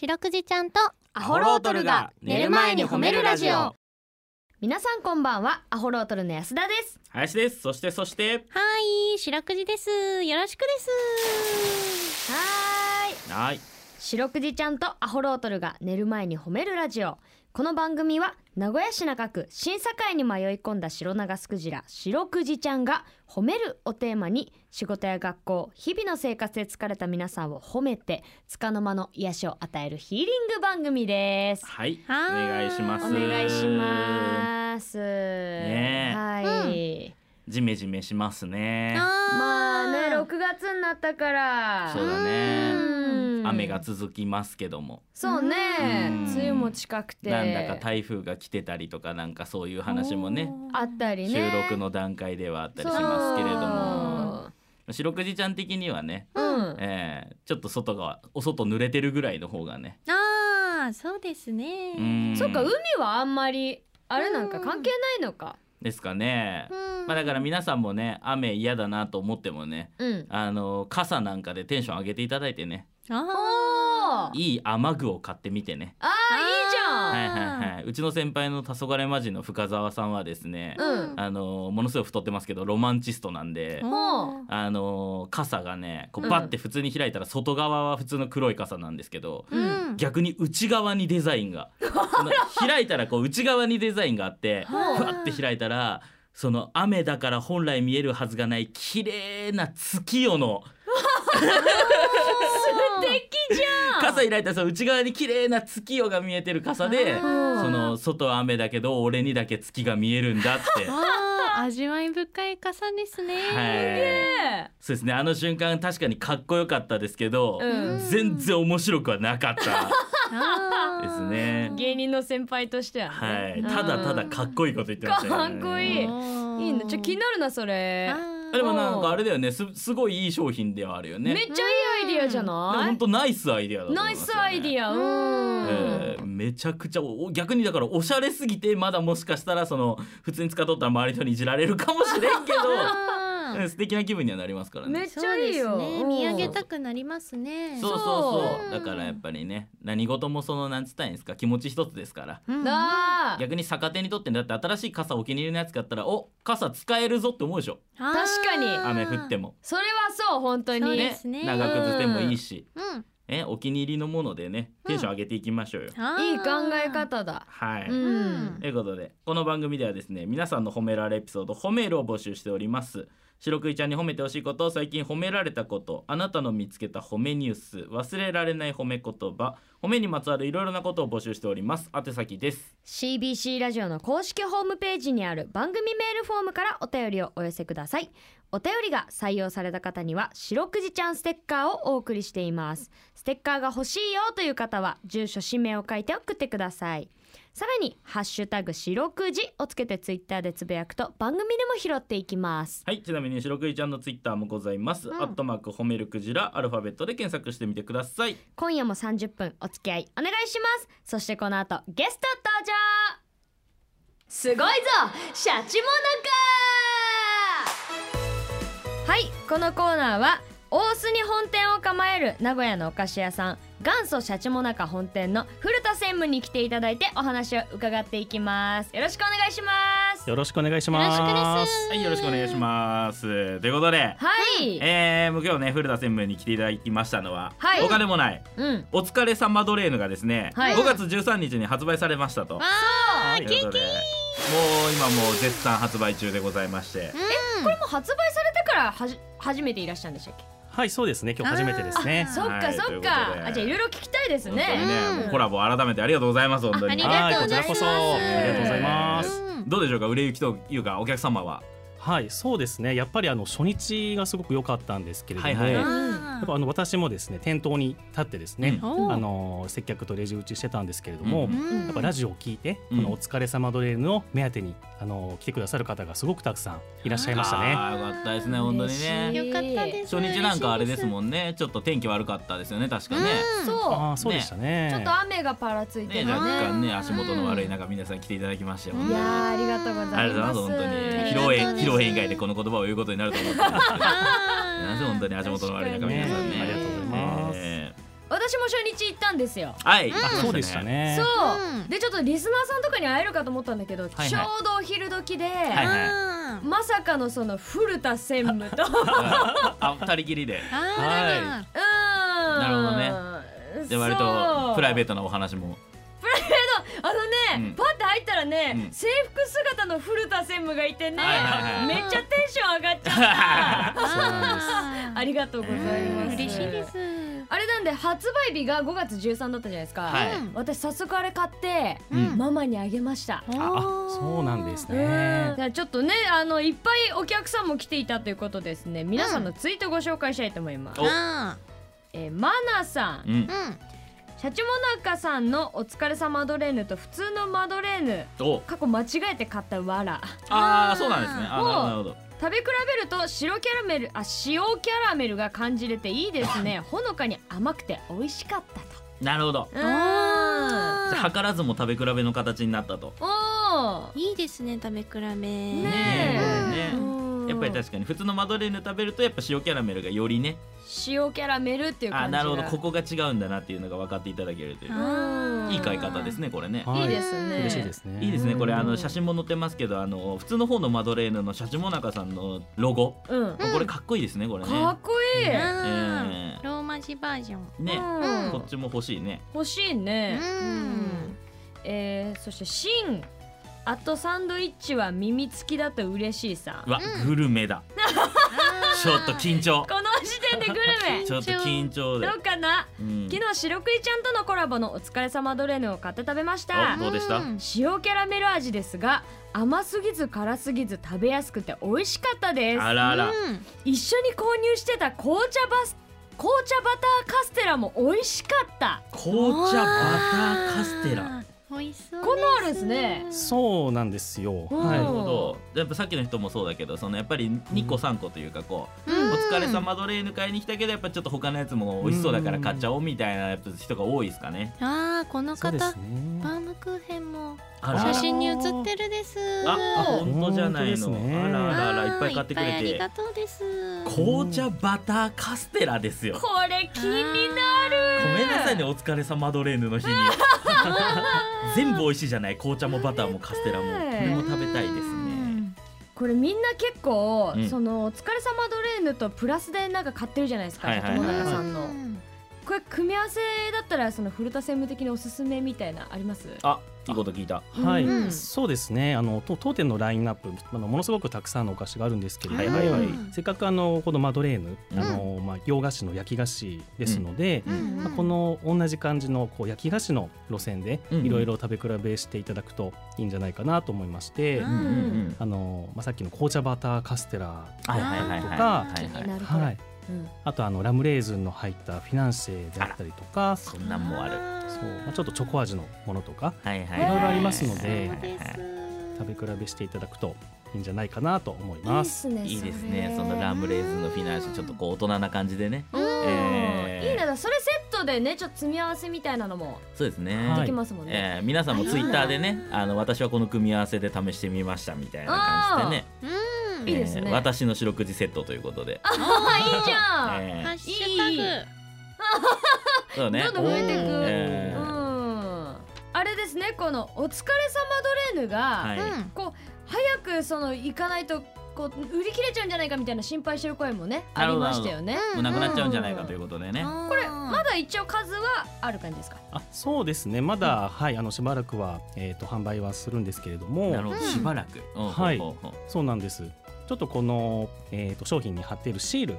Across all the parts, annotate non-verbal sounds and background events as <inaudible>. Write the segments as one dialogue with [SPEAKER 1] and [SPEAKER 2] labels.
[SPEAKER 1] 白くじちゃんと
[SPEAKER 2] アホロートルが寝る前に褒めるラジオ
[SPEAKER 3] 皆さんこんばんはアホロートルの安田です
[SPEAKER 2] 林ですそしてそして
[SPEAKER 1] はい白くじですよろしくです
[SPEAKER 3] はーい
[SPEAKER 2] はい
[SPEAKER 3] 白くじちゃんとアホロートルが寝る前に褒めるラジオこの番組は名古屋市中区審査会に迷い込んだ白長スクジラ白くじちゃんが褒めるをテーマに仕事や学校日々の生活で疲れた皆さんを褒めて束の間の癒しを与えるヒーリング番組です
[SPEAKER 2] はいお
[SPEAKER 1] はーい
[SPEAKER 2] 願いします
[SPEAKER 3] お願いします
[SPEAKER 2] ねえ
[SPEAKER 3] はい、
[SPEAKER 2] ジメジメしますね
[SPEAKER 3] まあね
[SPEAKER 1] ー
[SPEAKER 3] 6月になったから
[SPEAKER 2] そうだね
[SPEAKER 3] うん
[SPEAKER 2] 雨が続きますけども
[SPEAKER 3] そうね
[SPEAKER 2] うん
[SPEAKER 3] 梅雨も近くて
[SPEAKER 2] なんだか台風が来てたりとかなんかそういう話もね
[SPEAKER 3] あったり
[SPEAKER 2] 収
[SPEAKER 3] ね
[SPEAKER 2] 録の段階ではあったりしますけれども四六時ちゃん的にはね
[SPEAKER 3] そううん
[SPEAKER 2] えーちょっと外がお外濡れてるぐらいの方がね
[SPEAKER 1] あーそうですね
[SPEAKER 2] うん
[SPEAKER 3] そっか海はあんまりあれなんか関係ないのか
[SPEAKER 2] ですかね
[SPEAKER 1] うん
[SPEAKER 2] まあだから皆さんもね雨嫌だなと思ってもね
[SPEAKER 3] うん
[SPEAKER 2] あの傘なんかでテンション上げていただいてね
[SPEAKER 3] あー
[SPEAKER 2] いい雨具を買ってみてね
[SPEAKER 3] あーいいじ
[SPEAKER 1] あ
[SPEAKER 3] ゃん
[SPEAKER 2] はいはいはいうちの先輩の黄昏魔人の深澤さんはですね
[SPEAKER 3] う、ん
[SPEAKER 2] あのものすごい太ってますけどロマンチストなんで、
[SPEAKER 3] も
[SPEAKER 2] あの傘がねこ
[SPEAKER 3] う
[SPEAKER 2] うんバッて普通に開いたら外側は普通の黒い傘なんですけど、
[SPEAKER 1] うん
[SPEAKER 3] う
[SPEAKER 2] 逆に内側にデザイン
[SPEAKER 3] <laughs>
[SPEAKER 2] がその開いたらこう内側にデザインがあってふ
[SPEAKER 3] はあ
[SPEAKER 2] わって開いたらその雨だから本来見えるはずがない綺麗な月夜の
[SPEAKER 3] 素敵じゃん
[SPEAKER 2] 傘開いたらその内側に綺麗な月夜が見えてる傘で
[SPEAKER 1] あー
[SPEAKER 2] その外は雨だけど俺にだけ月が見えるんだって
[SPEAKER 1] あー味わい深い傘ですね
[SPEAKER 2] はい
[SPEAKER 3] ね
[SPEAKER 2] そうですねあの瞬間確かにかっこよかったですけど、
[SPEAKER 3] うん
[SPEAKER 2] 全然面白くはなかった
[SPEAKER 1] あー
[SPEAKER 2] ですね
[SPEAKER 3] 芸人の先輩としてはね
[SPEAKER 2] はいただただかっこいいこと言ってましたよね
[SPEAKER 3] かっこいいうんいいのちょ気になるなそれ
[SPEAKER 1] あー
[SPEAKER 2] あでもなんかあれだよねすすごいいい商品ではあるよね
[SPEAKER 3] めっちゃいいアイディアじゃ
[SPEAKER 2] でも
[SPEAKER 3] な
[SPEAKER 2] 本
[SPEAKER 3] い
[SPEAKER 2] 当ナイスアイデアだと思
[SPEAKER 3] ナ
[SPEAKER 2] い
[SPEAKER 3] イ
[SPEAKER 2] ます
[SPEAKER 3] スアイディアう
[SPEAKER 1] うん
[SPEAKER 3] ん
[SPEAKER 2] えーめちゃくちゃお逆にだからおしゃれすぎてまだもしかしたらその普通に使っとったら周りの人にいじられるかもしれんけ
[SPEAKER 1] <laughs>
[SPEAKER 2] ど
[SPEAKER 1] あー
[SPEAKER 2] うん素敵な気分にはなりますからね
[SPEAKER 3] めっちゃいいよ
[SPEAKER 1] そうですね見上げたくなりますね
[SPEAKER 2] そうそうそう
[SPEAKER 1] そう
[SPEAKER 2] だからやっぱりね何事もそのなんつったらいいんですか気持ち一つですから
[SPEAKER 1] うん
[SPEAKER 3] なあ
[SPEAKER 2] 逆に逆手にとってだって新しい傘お気に入りのやつ買ったらお傘使えるぞって思うでしょ
[SPEAKER 1] あー
[SPEAKER 3] 確かに
[SPEAKER 2] 雨降っても
[SPEAKER 3] それはそう本当
[SPEAKER 1] そう
[SPEAKER 3] に
[SPEAKER 1] で
[SPEAKER 3] ね
[SPEAKER 1] すね
[SPEAKER 2] 長靴でもいいし
[SPEAKER 1] うん
[SPEAKER 2] えお気に入りのものでねテンション上げていきましょうよ
[SPEAKER 1] あー
[SPEAKER 3] いい考え方だ
[SPEAKER 2] はいう
[SPEAKER 1] うん
[SPEAKER 3] ん
[SPEAKER 2] ということでこの番組ではですね皆さんの褒められエピソード褒めるを募集しております白くいちゃんに褒めてほしいこと最近褒められたことあなたの見つけた褒めニュース忘れられない褒め言葉褒めにまつわるいろいろなことを募集しております宛先です
[SPEAKER 3] CBC ラジオの公式ホームページにある番組メールフォームからお便りをお寄せくださいお便りが採用された方には白くじちゃんステッカーをお送りしていますステッカーが欲しいよという方は住所氏名を書いて送ってくださいさらにハッシュタグ白くじをつけてツイッターでつぶやくと番組でも拾っていきます
[SPEAKER 2] はいちなみに白くいちゃんのツイッターもございます、
[SPEAKER 1] ん
[SPEAKER 2] アットマーク褒めるクジラアルファベットで検索してみてください
[SPEAKER 3] 今夜も30分お付き合いお願いしますそしてこの後ゲスト登場すごいぞシャチモナカはいこのコーナーは大須に本店を構える名古屋のお菓子屋さん元祖シャチモナカ本店の古田専務に来ていただいてお話を伺っていきますよろしくお願いします
[SPEAKER 4] よろしくお願いし
[SPEAKER 1] よろ
[SPEAKER 4] ま
[SPEAKER 1] し
[SPEAKER 4] す。
[SPEAKER 1] くです
[SPEAKER 2] はいよろしくお願いしますということで
[SPEAKER 3] はい、
[SPEAKER 2] えー、もう今日ね古田専務に来ていただきましたのは、
[SPEAKER 3] はい
[SPEAKER 2] お金もない
[SPEAKER 3] うん
[SPEAKER 2] お疲れ様ドレーヌがですね、
[SPEAKER 3] はい
[SPEAKER 2] 5月13日に発売されましたと。
[SPEAKER 1] わ
[SPEAKER 2] ということでもう今もう絶賛発売中でございまして
[SPEAKER 1] ー、うん
[SPEAKER 3] これもう発売されてからはじ初めていらっしゃるんでしたっけ
[SPEAKER 4] はい、そうですね。今日初めてですね
[SPEAKER 1] あ。
[SPEAKER 3] そっ
[SPEAKER 2] はい
[SPEAKER 3] かそっ
[SPEAKER 2] ということで
[SPEAKER 3] かあじゃあいろいろ聞きたいです
[SPEAKER 2] 本当に
[SPEAKER 3] ね
[SPEAKER 2] ね、もうコラボ改めてありがとうございます本当
[SPEAKER 1] あり
[SPEAKER 2] に。
[SPEAKER 1] が
[SPEAKER 4] はい、
[SPEAKER 1] とうご
[SPEAKER 4] こち
[SPEAKER 1] ざい
[SPEAKER 4] ら
[SPEAKER 1] ます
[SPEAKER 4] こそ、ありがとうございま
[SPEAKER 2] う
[SPEAKER 4] す。
[SPEAKER 1] うん
[SPEAKER 2] どうでしょうか売れ行きというかお客様は。
[SPEAKER 4] はい、そうですね。やっぱりあの初日がすごく良かったんですけれども、
[SPEAKER 2] はいはい
[SPEAKER 4] やっ
[SPEAKER 1] あ
[SPEAKER 4] ぱあの私もですね、店頭に立ってですね、
[SPEAKER 2] うん
[SPEAKER 1] おー
[SPEAKER 4] あの接客とレジ打ちしてたんですけれども。
[SPEAKER 2] うん
[SPEAKER 1] うん
[SPEAKER 4] やっぱラジオを聞いて、
[SPEAKER 2] うん
[SPEAKER 4] このお疲れ様ドレーヌを目当てに、あの来てくださる方がすごくたくさんいらっしゃいましたね。
[SPEAKER 2] あーよかったですね本当にね。
[SPEAKER 3] 嬉しい
[SPEAKER 1] よかったです
[SPEAKER 2] 初日なんかあれです
[SPEAKER 1] ん
[SPEAKER 2] もんねちょっと天気悪かったですよね確かね。
[SPEAKER 3] そう
[SPEAKER 4] ああー、そうでしたね。
[SPEAKER 3] ちょっと雨がパラつい
[SPEAKER 2] ね
[SPEAKER 3] てる
[SPEAKER 2] 若
[SPEAKER 3] ね。
[SPEAKER 2] 干ね足元の悪い中皆さん来ていただきましたよ。
[SPEAKER 1] うん
[SPEAKER 3] いやーありがとうござ
[SPEAKER 2] あ
[SPEAKER 3] い
[SPEAKER 2] りが
[SPEAKER 3] ます。
[SPEAKER 2] とうございます本当に披
[SPEAKER 1] ありがとうございます
[SPEAKER 2] 露宴披露宴以外でこの言葉を言うことになると思ってますけど。なぜ本当に足元の悪い中皆さんね。
[SPEAKER 4] ねありがとうございます
[SPEAKER 2] えー
[SPEAKER 3] 私も初日行ったんですよ
[SPEAKER 2] はい、
[SPEAKER 4] あそうでしたね
[SPEAKER 3] そう、
[SPEAKER 1] うん
[SPEAKER 3] でちょっとリスナーさんとかに会えるかと思ったんだけど、
[SPEAKER 2] はい
[SPEAKER 3] ちょうどお昼時で、
[SPEAKER 2] はいはい
[SPEAKER 1] あー
[SPEAKER 3] まさかのその古田専
[SPEAKER 2] <laughs>
[SPEAKER 3] 務とう
[SPEAKER 2] あ二人きりで
[SPEAKER 1] あ
[SPEAKER 3] ーん
[SPEAKER 2] なるほどねで割とプライベート
[SPEAKER 3] ト
[SPEAKER 2] なお話
[SPEAKER 3] <laughs>
[SPEAKER 2] も
[SPEAKER 3] あのね、
[SPEAKER 2] うん
[SPEAKER 3] パッて入ったらね、
[SPEAKER 2] うん
[SPEAKER 3] 制服姿の古田専務がいてね、
[SPEAKER 2] はいはいはい
[SPEAKER 3] めっちゃテンション上がっちゃっ
[SPEAKER 1] ー
[SPEAKER 2] <laughs>
[SPEAKER 1] あ
[SPEAKER 3] たありがとうございます、
[SPEAKER 1] ー嬉しいです
[SPEAKER 3] あれなんで発売日が5月13だったじゃないですか、
[SPEAKER 2] はい
[SPEAKER 1] うん
[SPEAKER 3] 私早速あれ買って、
[SPEAKER 2] うん
[SPEAKER 3] ママにあげました
[SPEAKER 4] あそうなんですね
[SPEAKER 3] じゃあちょっとねあのいっぱいお客さんも来ていたということですね皆さんのツイートご紹介したいと思います、
[SPEAKER 2] お
[SPEAKER 1] あ
[SPEAKER 3] えーマナさん
[SPEAKER 2] うん
[SPEAKER 1] ーうん
[SPEAKER 3] シャチモナカさんのお疲れさマドレーヌと普通のマドレーヌ
[SPEAKER 2] お
[SPEAKER 3] 過去間違えて買ったわら
[SPEAKER 2] ああそうなんですねあなるほど
[SPEAKER 3] 食べ比べると白キャラメルあ塩キャラメルが感じれていいで
[SPEAKER 2] <laughs>
[SPEAKER 3] すねほのかに甘くて美味しかったと
[SPEAKER 2] なるほど
[SPEAKER 3] うーん
[SPEAKER 1] あー
[SPEAKER 2] 図らずも食べ比べの形になったと
[SPEAKER 3] お
[SPEAKER 1] いいですね食べ比べ
[SPEAKER 3] ね
[SPEAKER 2] えね
[SPEAKER 3] ー
[SPEAKER 2] やっぱり
[SPEAKER 3] うん
[SPEAKER 2] 確かに普通のマドレーヌ食べるとやっぱ塩キャラメルがよりね
[SPEAKER 3] 塩キャラメルっていう
[SPEAKER 2] あ
[SPEAKER 3] 感じが
[SPEAKER 2] なるほどここが違うんだなっていうのが分かっていただけるという
[SPEAKER 3] あー
[SPEAKER 2] いい買い方ですねこれね
[SPEAKER 4] は
[SPEAKER 3] はいいですね
[SPEAKER 4] 嬉しいですね
[SPEAKER 2] いいですねこれ
[SPEAKER 3] うん
[SPEAKER 2] あの写真も載ってますけどあの普通の方のマドレーヌのシャチモナカさんのロゴ
[SPEAKER 3] うん
[SPEAKER 1] うん
[SPEAKER 2] これかっこいいですねこれね
[SPEAKER 3] かっこいい、
[SPEAKER 1] うん
[SPEAKER 2] えー
[SPEAKER 1] ローマ字バージョン
[SPEAKER 2] ね
[SPEAKER 3] うん
[SPEAKER 2] こっちも欲しいね
[SPEAKER 3] 欲しいね、
[SPEAKER 1] うん
[SPEAKER 3] えーそして「シン」あとサンドイッチは耳付きだと嬉しいさ
[SPEAKER 2] うわ
[SPEAKER 1] うん
[SPEAKER 2] グルメだ <laughs> ちょっと緊張
[SPEAKER 3] この時点でグル
[SPEAKER 2] <laughs>
[SPEAKER 3] メ
[SPEAKER 2] ちょっと緊張で
[SPEAKER 3] どうかな
[SPEAKER 2] うん
[SPEAKER 3] 昨日白クイちゃんとのコラボの「お疲れ様ドレーヌ」を買って食べまし
[SPEAKER 2] あ
[SPEAKER 3] た
[SPEAKER 2] どうでした
[SPEAKER 1] ん
[SPEAKER 3] 塩キャラメル味ですが甘すぎず辛すぎず食べやすくて美味しかったです
[SPEAKER 2] あらあら
[SPEAKER 1] うん
[SPEAKER 3] 一緒に購入してた紅茶バス紅茶バターカステラも美味しかった
[SPEAKER 2] 紅茶バターカステラ
[SPEAKER 1] あー美味しそう
[SPEAKER 3] こんなのあるんですね
[SPEAKER 4] そうなんですよ
[SPEAKER 3] うん
[SPEAKER 2] なる
[SPEAKER 4] は
[SPEAKER 2] ほどやっぱさっきの人もそうだけどそのやっぱり2個3個というかこう
[SPEAKER 1] うん
[SPEAKER 2] お疲れ様ドレーヌ買いに来たけどやっぱちょっと他のやつも美味しそうだから買っちゃおうみたいなやっぱ人が多いですかね
[SPEAKER 1] あーこの
[SPEAKER 4] いそうで
[SPEAKER 1] 方
[SPEAKER 4] すね
[SPEAKER 1] バームクーヘンも
[SPEAKER 2] あ
[SPEAKER 4] ら
[SPEAKER 1] 写真に写ってるです
[SPEAKER 2] あ、
[SPEAKER 3] おー
[SPEAKER 2] 本当じゃない
[SPEAKER 4] 本当
[SPEAKER 2] の。
[SPEAKER 4] ですね
[SPEAKER 2] あらあらあら、い
[SPEAKER 1] あー
[SPEAKER 2] っぱい買って
[SPEAKER 1] い
[SPEAKER 2] く
[SPEAKER 1] っぱいあり
[SPEAKER 2] れ
[SPEAKER 1] が
[SPEAKER 2] て。
[SPEAKER 1] とうです
[SPEAKER 2] 紅茶バターカステラですよ。
[SPEAKER 3] これ気になる
[SPEAKER 2] ごめんなさいね、お疲れ様ドレーヌ
[SPEAKER 3] <laughs>
[SPEAKER 2] の日に。全部美味しいじゃない、紅茶もバターもカステラも、
[SPEAKER 3] 食
[SPEAKER 2] こ
[SPEAKER 3] べたい
[SPEAKER 2] れも食べたいですね。
[SPEAKER 3] これみんな結構、
[SPEAKER 2] うん
[SPEAKER 3] そのお疲れ様ドレーヌとプラスでなんか買ってるじゃないですか、
[SPEAKER 2] はいはいはい
[SPEAKER 3] 友中
[SPEAKER 1] う
[SPEAKER 3] さんの、
[SPEAKER 1] ん
[SPEAKER 3] これ組み合わせだったらその古田専務的におすすめみたいなあります
[SPEAKER 2] あ、いいこと聞いた。
[SPEAKER 4] はい、
[SPEAKER 1] うん
[SPEAKER 4] そうですねあのと当店のラインナップあのものすごくたくさんのお菓子があるんですけれども、
[SPEAKER 2] はいはいはい
[SPEAKER 4] せっかくあのこのマドレーヌあの、まあ、洋菓子の焼き菓子ですので、
[SPEAKER 1] うんうん
[SPEAKER 4] まあ、この同じ感じのこう焼き菓子の路線で
[SPEAKER 2] うん
[SPEAKER 4] いろいろ食べ比べしていただくといいんじゃないかなと思いまして、
[SPEAKER 1] うん
[SPEAKER 2] うんうん
[SPEAKER 4] あのまあ、さっきの紅茶バターカステラ
[SPEAKER 2] はいはいはいはい。はいはい。
[SPEAKER 3] なるほど、
[SPEAKER 4] はい、
[SPEAKER 3] うん
[SPEAKER 4] あとあのラムレーズンの入ったフィナンシェであったりとかそ
[SPEAKER 2] そんなんもある。
[SPEAKER 4] う、まあ、ちょっとチョコ味のものとか
[SPEAKER 2] はいはい。
[SPEAKER 4] いろいろありますので
[SPEAKER 1] そうです
[SPEAKER 4] 食べ比べしていただくといいんじゃないかなと思い
[SPEAKER 3] いいっ
[SPEAKER 4] ます。
[SPEAKER 3] すね
[SPEAKER 2] いいですね、そのラムレーズンのフィナンシェ、ちょっとこう大人な感じでね。
[SPEAKER 3] それうん、
[SPEAKER 2] えー
[SPEAKER 3] いいなそれセットでねちょっと積み合わせみたいなのも
[SPEAKER 2] そうですね。
[SPEAKER 4] はい
[SPEAKER 3] できますもんね、
[SPEAKER 2] えー皆さんもツイッターでねあの私はこの組み合わせで試してみましたみたいな感じでね
[SPEAKER 1] うん
[SPEAKER 3] いいですね
[SPEAKER 2] えー私の四六時セットということで、
[SPEAKER 3] あいいじゃん、
[SPEAKER 2] えー
[SPEAKER 1] ハッシュタ
[SPEAKER 3] いい
[SPEAKER 1] グ
[SPEAKER 2] そうね
[SPEAKER 3] どんどん増えてく、
[SPEAKER 2] え
[SPEAKER 3] う
[SPEAKER 2] ー
[SPEAKER 3] んあれですねこの「お疲れ様ドレーヌが」
[SPEAKER 2] はい
[SPEAKER 1] うん
[SPEAKER 3] こう早くその行かないとこう売り切れちゃうんじゃないかみたいな心配してる声もねあ
[SPEAKER 2] なる
[SPEAKER 3] り
[SPEAKER 2] ほど
[SPEAKER 3] ましたよね。
[SPEAKER 2] もうなくなっちゃうんじゃないかということでね、
[SPEAKER 1] これ
[SPEAKER 3] まだ一応数はある感じですか。
[SPEAKER 4] あそうですねまだ、はいあのしばらくは、えー、と販売はするんですけれども
[SPEAKER 2] なるほど
[SPEAKER 1] うん
[SPEAKER 2] しばらく、うん
[SPEAKER 4] はい
[SPEAKER 2] ほうほうほう
[SPEAKER 4] そうなんですちょっとこの、えー、と商品に貼っているシール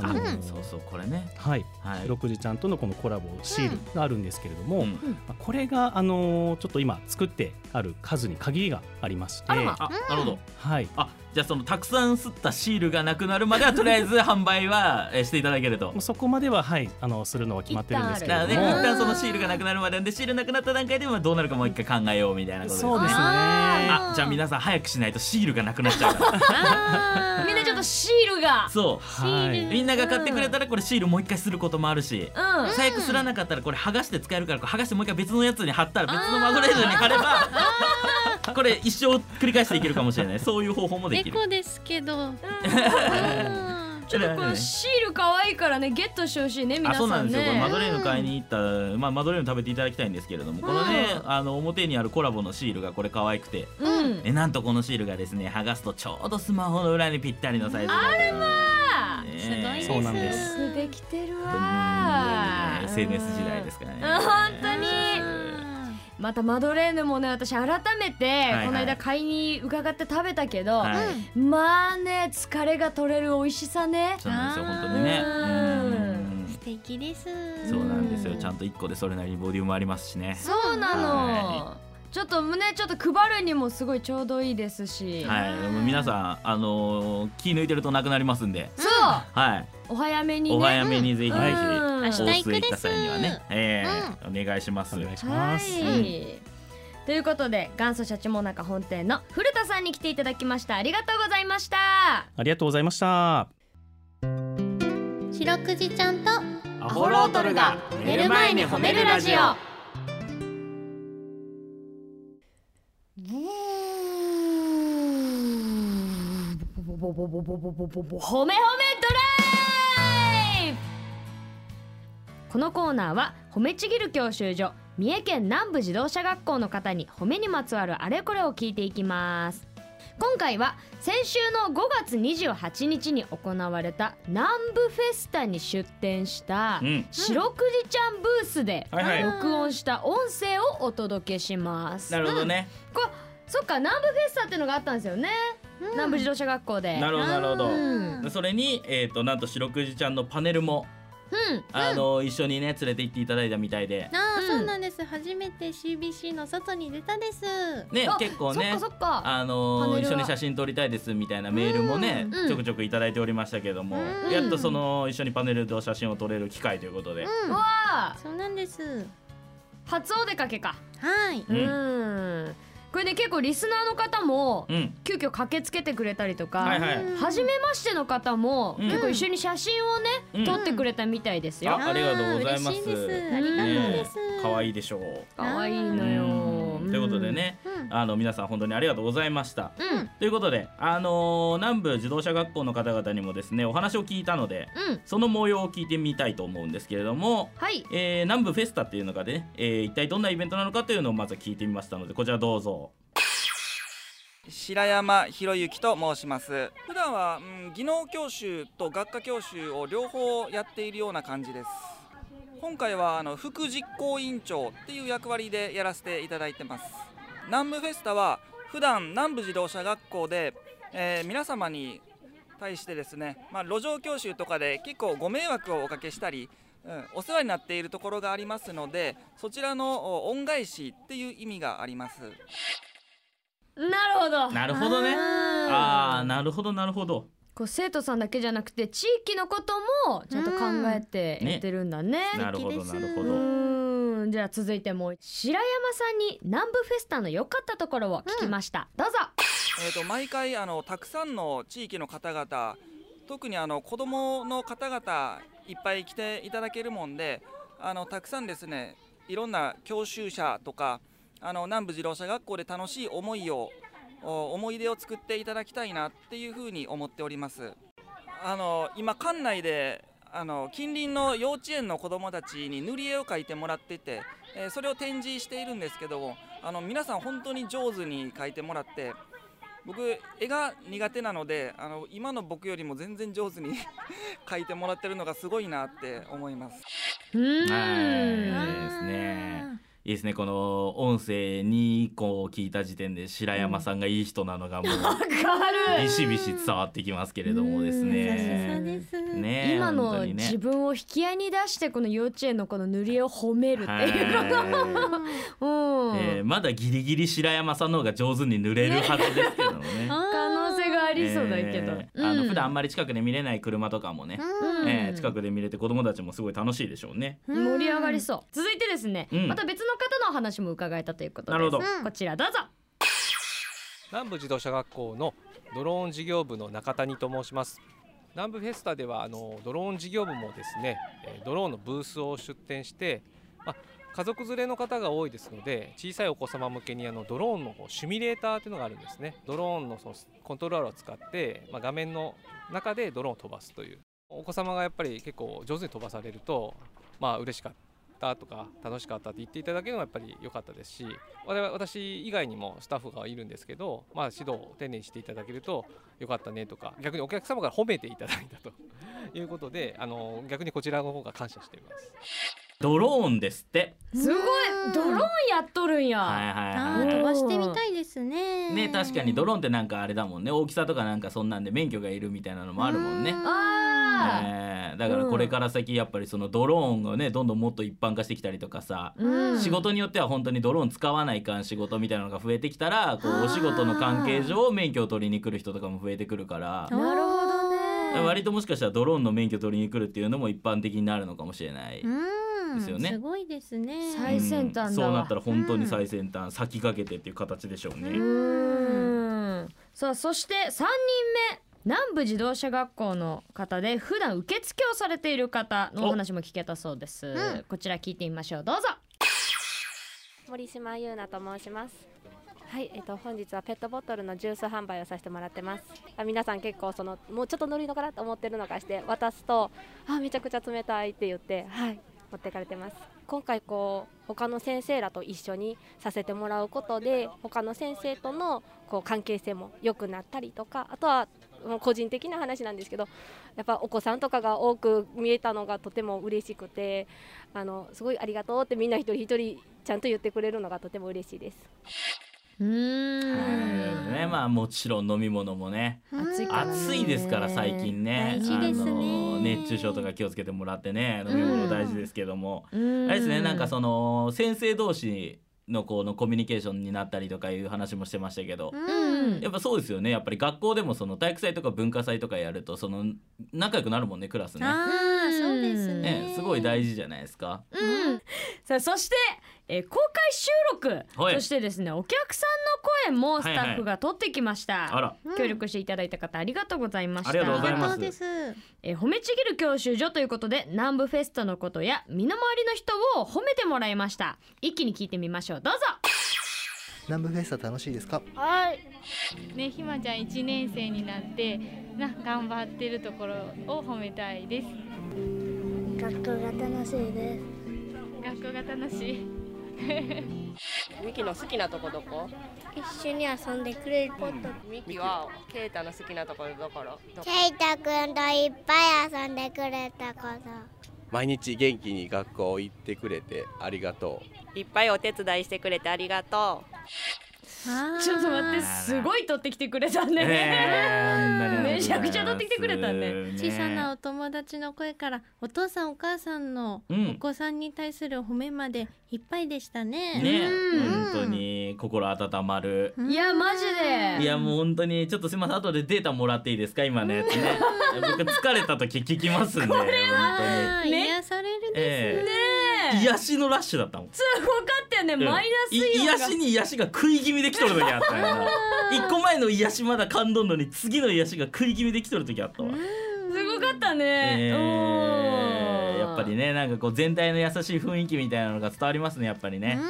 [SPEAKER 2] あ、
[SPEAKER 4] あの
[SPEAKER 1] うん
[SPEAKER 2] そうそうこれね
[SPEAKER 4] はい
[SPEAKER 2] はい
[SPEAKER 4] 白くじちゃんとのこのコラボシールがあるんですけれども、
[SPEAKER 2] うん
[SPEAKER 4] まあこれがあのーちょっと今作ってある数に限りがありまして
[SPEAKER 3] あらま
[SPEAKER 2] あなるほど
[SPEAKER 4] はい
[SPEAKER 2] あじゃあそのたくさん吸ったシールがなくなるまではとりあえず販売はえーしていただけると
[SPEAKER 4] もう。そこまでははいあのするのは決まってるんですけれ
[SPEAKER 2] な
[SPEAKER 4] ど
[SPEAKER 2] の
[SPEAKER 4] も
[SPEAKER 2] で、ね、
[SPEAKER 1] る
[SPEAKER 2] 一旦そのシールがなくなるまででシールなくなった段階でまあどうなるかもう一回考えようみたいなことですね。
[SPEAKER 4] そうですね
[SPEAKER 1] あ
[SPEAKER 2] あじゃあ皆さん早くしないとシールがなくなっちゃう
[SPEAKER 4] <laughs>
[SPEAKER 2] から
[SPEAKER 1] あー
[SPEAKER 3] <laughs> みんなちょっとシールが。
[SPEAKER 2] そ
[SPEAKER 4] は
[SPEAKER 1] シー
[SPEAKER 2] う
[SPEAKER 1] ル
[SPEAKER 4] い
[SPEAKER 2] みんなが買ってくれたらこれシールもう一回することもあるし
[SPEAKER 3] うん。
[SPEAKER 2] 最悪すらなかったらこれ剥がして使えるからこれ剥がしてもう一回別のやつに貼ったら別のマグネートに貼ればこれ一生繰り返していけるかもしれないそういう方法もできる
[SPEAKER 1] 猫ですけどうん
[SPEAKER 3] ちょっとこのシール可愛いからねゲットしてほしいね皆
[SPEAKER 2] あ
[SPEAKER 3] さ
[SPEAKER 2] そうん
[SPEAKER 3] ね
[SPEAKER 2] なんですよ、これマドレーヌ買いに行った、まあ、マドレーヌ食べていただきたいんですけれどもこのね、あの表にあるコラボのシールがこれ可愛くて、
[SPEAKER 3] うん
[SPEAKER 2] えなんとこのシールがですね剥がすとちょうどスマホの裏にぴったりのサイズある
[SPEAKER 3] あ
[SPEAKER 1] すごいです。
[SPEAKER 4] そうなんで
[SPEAKER 3] ーできてるわ
[SPEAKER 2] ね、
[SPEAKER 3] ー
[SPEAKER 2] SNS 時代ですからね
[SPEAKER 3] うん本当にまたマドレーヌもね私改め
[SPEAKER 2] いは
[SPEAKER 3] て
[SPEAKER 2] い
[SPEAKER 3] この間買いに伺って食べたけど、
[SPEAKER 2] はい、
[SPEAKER 3] まあね疲れが取れる美味しさね
[SPEAKER 2] そうなんですよ本当にねうん
[SPEAKER 1] 素敵です。
[SPEAKER 2] そうなんですよ
[SPEAKER 3] うん
[SPEAKER 2] ちゃんと一個でそれなりにボリュームありますしね
[SPEAKER 3] そうなの、
[SPEAKER 2] は
[SPEAKER 3] ちょっとねちょっと配るにもすごいちょうどいいですし、
[SPEAKER 2] はいでも皆さんあのー気抜いてるとなくなりますんで
[SPEAKER 3] そう、
[SPEAKER 2] はい
[SPEAKER 3] お早めにね
[SPEAKER 2] お早めにぜひぜひ
[SPEAKER 3] うん
[SPEAKER 2] 大須へ行った際にはねえーお願いします
[SPEAKER 4] お願いし
[SPEAKER 3] は
[SPEAKER 4] ます。
[SPEAKER 3] い、ということで元祖シャチモナカ本店の古田さんに来ていただきましたありがとうございました
[SPEAKER 4] ありがとうございました。
[SPEAKER 1] 白くじちゃんと
[SPEAKER 4] ア
[SPEAKER 1] ホロートルが寝る前に褒めるラジオ
[SPEAKER 3] ボボボボボボボボ褒め褒めドライブこのコーナーは褒めちぎる教習所三重県南部自動車学校の方に褒めにまつわるあれこれを聞いていきます今回は先週の5月28日に行われた南部フェスタに出展した
[SPEAKER 2] うん
[SPEAKER 3] 白くじちゃんブースで
[SPEAKER 2] はいはい
[SPEAKER 3] 録音した音声をお届けします、
[SPEAKER 2] なるほどね
[SPEAKER 3] こそっか南部フェスタってのがあったんですよね、南部自動車学校で
[SPEAKER 2] なるほどなるほど
[SPEAKER 3] うん
[SPEAKER 2] それにえっとなんと白くじちゃんのパネルも
[SPEAKER 3] うん
[SPEAKER 2] あのー一緒にね連れて行っていただいたみたいで
[SPEAKER 1] ああ、
[SPEAKER 3] うん
[SPEAKER 1] そうなんです。初めて CBC の外に出たです。
[SPEAKER 2] ね
[SPEAKER 3] あ
[SPEAKER 2] 結構ね
[SPEAKER 3] そっかそっか
[SPEAKER 2] あの
[SPEAKER 3] パネル
[SPEAKER 2] ー一
[SPEAKER 3] は
[SPEAKER 2] 緒に写真撮りたいですみたいなメールもね、
[SPEAKER 3] うん
[SPEAKER 2] ちょくちょくいただいておりましたけども、
[SPEAKER 1] うん
[SPEAKER 2] やっとその一緒にパネルと写真を撮れる機会ということで、
[SPEAKER 1] うん。
[SPEAKER 3] あ
[SPEAKER 1] そうなんです。
[SPEAKER 3] 初お出かけか
[SPEAKER 1] はい。
[SPEAKER 2] う
[SPEAKER 3] うんん、これね結構リスナーの方も
[SPEAKER 2] うん
[SPEAKER 3] 急遽駆けつけてくれたりとか、
[SPEAKER 2] はいはい、
[SPEAKER 1] うん
[SPEAKER 3] 初めましての方も、
[SPEAKER 2] うん
[SPEAKER 3] 結構一緒に写真をね、
[SPEAKER 2] うん
[SPEAKER 3] 撮ってくれたみたいです
[SPEAKER 2] あ
[SPEAKER 3] よ。
[SPEAKER 2] ありがとうございます
[SPEAKER 1] 嬉しいです。ありがとうです。
[SPEAKER 2] 可愛
[SPEAKER 1] い。
[SPEAKER 2] いでしょう。
[SPEAKER 3] 可愛いのよ
[SPEAKER 2] う。んということでね、
[SPEAKER 1] うん
[SPEAKER 2] あの皆さん本当にありがとうございました。
[SPEAKER 3] うん。うん。
[SPEAKER 2] ということで、あのー南部自動車学校の方々にもですねお話を聞いたので
[SPEAKER 3] うん。
[SPEAKER 2] その模様を聞いてみたいと思うんですけれども、
[SPEAKER 3] はい。
[SPEAKER 2] えー南部フェスタっていうのがね、えー一体どんなイベントなのかというのをまず聞いてみましたのでこちらどうぞ。
[SPEAKER 5] 白山博之と申します普段は、うん、技能教習と学科教習を両方やっているような感じです今回はあの副実行委員長っていう役割でやらせていただいてます南部フェスタは普段南部自動車学校で、えー皆様に対してですね、まあ、路上教習とかで結構ご迷惑をおかけしたり、うん、お世話になっているところがありますのでそちらのお恩返しっていう意味があります
[SPEAKER 3] なるほど。
[SPEAKER 2] なるほどね。あ
[SPEAKER 3] あ
[SPEAKER 2] あ、なるほど、なるほど。
[SPEAKER 3] こう生徒さんだけじゃなくて地域のこともちゃんと考えてやってるんだね。
[SPEAKER 2] なるほど、
[SPEAKER 1] 素敵です
[SPEAKER 2] なるほ
[SPEAKER 3] う
[SPEAKER 2] ど。
[SPEAKER 3] ーんじゃあ続いてもう白山さんに南部フェスタの良かったところを聞きました、どうぞ
[SPEAKER 5] えー、と毎回あのたくさんの地域の方々特にあの子どもの方々いっぱい来ていただけるもんであのたくさんですねいろんな教習者とかあの南部自動車学校で楽しい思いをお思い出を作っていただきたいなっていうふうに思っておりますあの今館内であの近隣の幼稚園の子どもたちに塗り絵を描いてもらってて、えーそれを展示しているんですけどもあの皆さん本当に上手に描いてもらって僕絵が苦手なのであの今の僕よりも全然上手に <laughs> 描いてもらってるのがすごいなって思います
[SPEAKER 3] うーん
[SPEAKER 2] はいですねいいですね、この音声にこう聞いた時点で白山さんがいい人なのがもう。
[SPEAKER 3] わかる
[SPEAKER 2] <laughs> ビシビシ伝わってきますけれどもです
[SPEAKER 1] 優し
[SPEAKER 2] ね。
[SPEAKER 1] さです。
[SPEAKER 2] ね、
[SPEAKER 3] 今
[SPEAKER 2] 本当
[SPEAKER 3] の
[SPEAKER 2] にね
[SPEAKER 3] 自分を引き合いに出してこの幼稚園のこの塗り絵を褒めるっていうのが、 <laughs>
[SPEAKER 2] は
[SPEAKER 3] うん
[SPEAKER 2] いえーまだギリギリ白山さんの方が上手に塗れるはずですけどもね。
[SPEAKER 3] 可能性がありそうだけど、
[SPEAKER 2] えーあの普段あん
[SPEAKER 3] ま
[SPEAKER 2] まり近くで見れない車とかもね、
[SPEAKER 1] うん
[SPEAKER 2] えー近くで見れて子供たちもすごい楽しいでしょうね。
[SPEAKER 1] ん
[SPEAKER 3] 盛り上がりそう続いてですね、
[SPEAKER 2] うん
[SPEAKER 3] また別の方のお話も伺えたということ
[SPEAKER 2] な
[SPEAKER 3] です
[SPEAKER 2] るほど
[SPEAKER 1] うん
[SPEAKER 3] こちらどうぞ
[SPEAKER 6] 南部自動車学校のドローン事業部の中谷と申します南部フェスタではあのドローン事業部もですねえードローンのブースを出展して、まあ家族連れの方が多いですので小さいお子様向けにあのドローンのこうシミュレーターというのがあるんですねドローンのそのコントローラーを使って、まあ、画面の中でドローンを飛ばすというお子様がやっぱり結構上手に飛ばされるとまあ嬉しかったとか楽しかったって言っていただけるのはやっぱり良かったですし我々私以外にもスタッフがいるんですけど、まあ、指導を丁寧にしていただけると良かったねとか逆にお客様から褒めていただいたということであの逆にこちらの方が感謝しています。
[SPEAKER 2] ドローンですって
[SPEAKER 3] すごいドローン
[SPEAKER 1] は
[SPEAKER 3] やっとるんや、
[SPEAKER 2] はい
[SPEAKER 1] あ
[SPEAKER 2] は
[SPEAKER 1] ー
[SPEAKER 2] い
[SPEAKER 1] 飛
[SPEAKER 2] は
[SPEAKER 1] ばしてみたいですね
[SPEAKER 2] いね確かにド
[SPEAKER 1] ロ
[SPEAKER 2] ローンってなんかあれだもんね大きさとかなんかそんなんで免許がいるみたいなのもあるもんね
[SPEAKER 3] あ
[SPEAKER 2] え
[SPEAKER 3] ー
[SPEAKER 2] ーだからこれから先やっぱりそのドローンがねどんどんもっと一般化してきたりとかさ
[SPEAKER 3] うん
[SPEAKER 2] 仕事によっては本当にドローン使わないかん仕事みたいなのが増えてきたらこ
[SPEAKER 1] あ
[SPEAKER 2] う
[SPEAKER 1] ー
[SPEAKER 2] お仕事の関係上免許を取りに来る人とかも増えてくるから
[SPEAKER 3] なるほどね
[SPEAKER 2] 割ともしかしたらドローンの免許取りに来るっていうのも一般的になるのかもしれない。
[SPEAKER 1] うん
[SPEAKER 2] ですよね
[SPEAKER 1] すごいですね
[SPEAKER 3] 最先端だわ
[SPEAKER 2] うんそうなったら本当に最先端、先駆けてっていう形でしょうね。
[SPEAKER 3] うーんさあそして3人目南部自動車学校の方で普段受付をされている方のお話も聞けたそうです、
[SPEAKER 1] ん
[SPEAKER 3] こちら聞いてみましょうどうぞ
[SPEAKER 7] 森島優奈と申します。はい、えっと本日はペットボトルのジュース販売をさせてもらってます。あ皆さん結構そのもうちょっとぬるいのかなと思ってるのかして渡すとあめちゃくちゃ冷たいって言ってはい持ってかれてます。今回こう他の先生らと一緒にさせてもらうことで他の先生とのこう関係性も良くなったりとかあとはもう個人的な話なんですけどやっぱお子さんとかが多く見えたのがとても嬉しくてあのすごいありがとうってみんな一人一人ちゃんと言ってくれるのがとても嬉しいです。
[SPEAKER 3] うー
[SPEAKER 2] はい
[SPEAKER 3] ん
[SPEAKER 2] ねまあもちろん飲み物もね
[SPEAKER 3] 暑いからね
[SPEAKER 2] 暑いですから最近ね
[SPEAKER 1] 大事ですね
[SPEAKER 2] あの熱中症とか気をつけてもらってね飲み物大事ですけども、あれですねなんかその先生同士のこのコミュニケーションになったりとかいう話もしてましたけど、
[SPEAKER 1] うん
[SPEAKER 2] やっぱそうですよねやっぱり学校でもその体育祭とか文化祭とかやるとその仲良くなるもんねクラスね
[SPEAKER 1] ああそうですね
[SPEAKER 2] ねすごい大事じゃないですか。
[SPEAKER 3] うんさあそして、えー公開収録
[SPEAKER 2] はい
[SPEAKER 3] そしてですねお客さんの声もスタッフが取ってきました、
[SPEAKER 2] あら
[SPEAKER 1] うん
[SPEAKER 3] 協力していただいた方ありがとうございました
[SPEAKER 2] ありがとうございます
[SPEAKER 1] ありがとうです
[SPEAKER 3] えー褒めちぎる教習所ということで南部フェストのことや身の回りの人を褒めてもらいました一気に聞いてみましょうどうぞ
[SPEAKER 8] 南部フェスタ楽しいですか
[SPEAKER 9] ね、ひまちゃん1年生になってな頑張ってるところを褒めたいです
[SPEAKER 10] 学校が楽しいです。
[SPEAKER 9] 学校が楽しい
[SPEAKER 7] ミキの好きなとこどこ？
[SPEAKER 10] 一緒に遊んでくれること。
[SPEAKER 7] ミキはケイタの好きなところどころ？
[SPEAKER 10] ケイタくんといっぱい遊んでくれたこと。
[SPEAKER 11] 毎日元気に学校行ってくれてありがとう
[SPEAKER 7] いっぱいお手伝いしてくれてありがとう。
[SPEAKER 3] <laughs> ちょっと待ってすごい取ってきてくれたね、めちゃくちゃ取ってきてくれたね
[SPEAKER 1] 小さなお友達の声からお父さんお母さんの
[SPEAKER 2] うん
[SPEAKER 1] お子さんに対する褒めまでいっぱいでしたね。
[SPEAKER 2] ね
[SPEAKER 3] うん
[SPEAKER 2] 本当に心温まる。
[SPEAKER 1] うん
[SPEAKER 3] いやマジで
[SPEAKER 2] いやもう本当にちょっとすみません後でデータもらっていいですか今のやつね。僕疲れた時聞きますんで本当
[SPEAKER 1] あー
[SPEAKER 3] ね
[SPEAKER 1] 癒される
[SPEAKER 2] に。え
[SPEAKER 3] ね
[SPEAKER 2] え
[SPEAKER 3] え
[SPEAKER 2] 癒しのラッシュだったもん。
[SPEAKER 3] すごかったよね、マイナスイ
[SPEAKER 2] い
[SPEAKER 3] オンが
[SPEAKER 2] 癒しに癒しが食い気味できとる時あったよな。一個前の癒しまだ感動のに次の癒しが食い気味できとる時あったわ。
[SPEAKER 3] すごかったね、
[SPEAKER 2] え
[SPEAKER 3] う
[SPEAKER 2] ー
[SPEAKER 3] ん
[SPEAKER 2] やっぱりねなんかこう全体の優しい雰囲気みたいなのが伝わりますねやっぱりね。
[SPEAKER 3] ね
[SPEAKER 2] は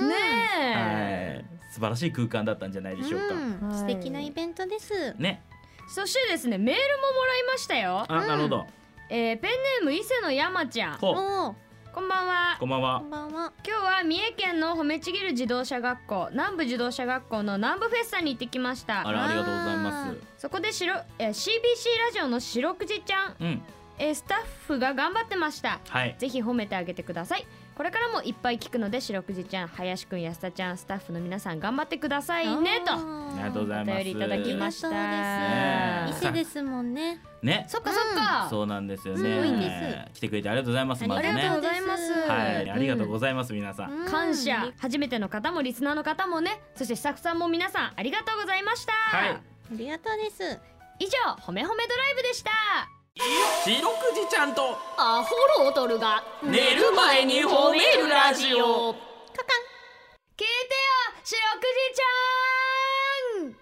[SPEAKER 3] え、
[SPEAKER 2] い素晴らしい空間だったんじゃないでしょうか。
[SPEAKER 1] うん
[SPEAKER 3] はい
[SPEAKER 1] 素敵なイベントです。
[SPEAKER 2] ね。
[SPEAKER 3] そしてですねメールももらいましたよ、
[SPEAKER 2] あ、なるほど。
[SPEAKER 3] えーペンネーム伊勢の山ちゃん
[SPEAKER 2] ほう。
[SPEAKER 1] おー
[SPEAKER 3] こんばんは
[SPEAKER 2] こんばんは
[SPEAKER 1] こん。ばんは。
[SPEAKER 3] 今日は三重県の褒めちぎる自動車学校南部自動車学校の南部フェスタに行ってきまし
[SPEAKER 2] あ
[SPEAKER 3] た
[SPEAKER 2] ら、ありがとうございます。
[SPEAKER 3] そこでしろ、えー CBC ラジオの白くじちゃん、
[SPEAKER 2] うん。
[SPEAKER 3] えースタッフが頑張ってました
[SPEAKER 2] はい。
[SPEAKER 3] ぜひ褒めてあげてくださいこれからもいっぱい聞くので白くじちゃん林くん安田ちゃんスタッフの皆さん頑張ってくださいねと
[SPEAKER 2] ありがとうござい
[SPEAKER 3] お
[SPEAKER 2] ます。
[SPEAKER 3] 便りいただきました
[SPEAKER 1] あ
[SPEAKER 2] りがとうございます
[SPEAKER 1] 店ですもんね。
[SPEAKER 2] ね。
[SPEAKER 3] そっかそっか、
[SPEAKER 2] そうなんですよ
[SPEAKER 1] すごい
[SPEAKER 2] ね
[SPEAKER 1] で。
[SPEAKER 2] 来てくれてありがとうございます。まず
[SPEAKER 3] ありがとう
[SPEAKER 2] ね
[SPEAKER 3] ご。ざいます、
[SPEAKER 2] はい、ありがとう
[SPEAKER 3] ざいます
[SPEAKER 2] ございます、皆さん。
[SPEAKER 1] うん
[SPEAKER 3] 感謝、。初めての方もリスナーの方もねそしてスタッフさんも皆さんありがとうございました、
[SPEAKER 2] はい。
[SPEAKER 1] ありがとうです。
[SPEAKER 3] 以上褒め褒めドライブでした
[SPEAKER 2] 白くじちゃんと
[SPEAKER 3] アホロトルが
[SPEAKER 2] 寝る前に褒めるラジオ。
[SPEAKER 3] 聞いてよ白くじちゃん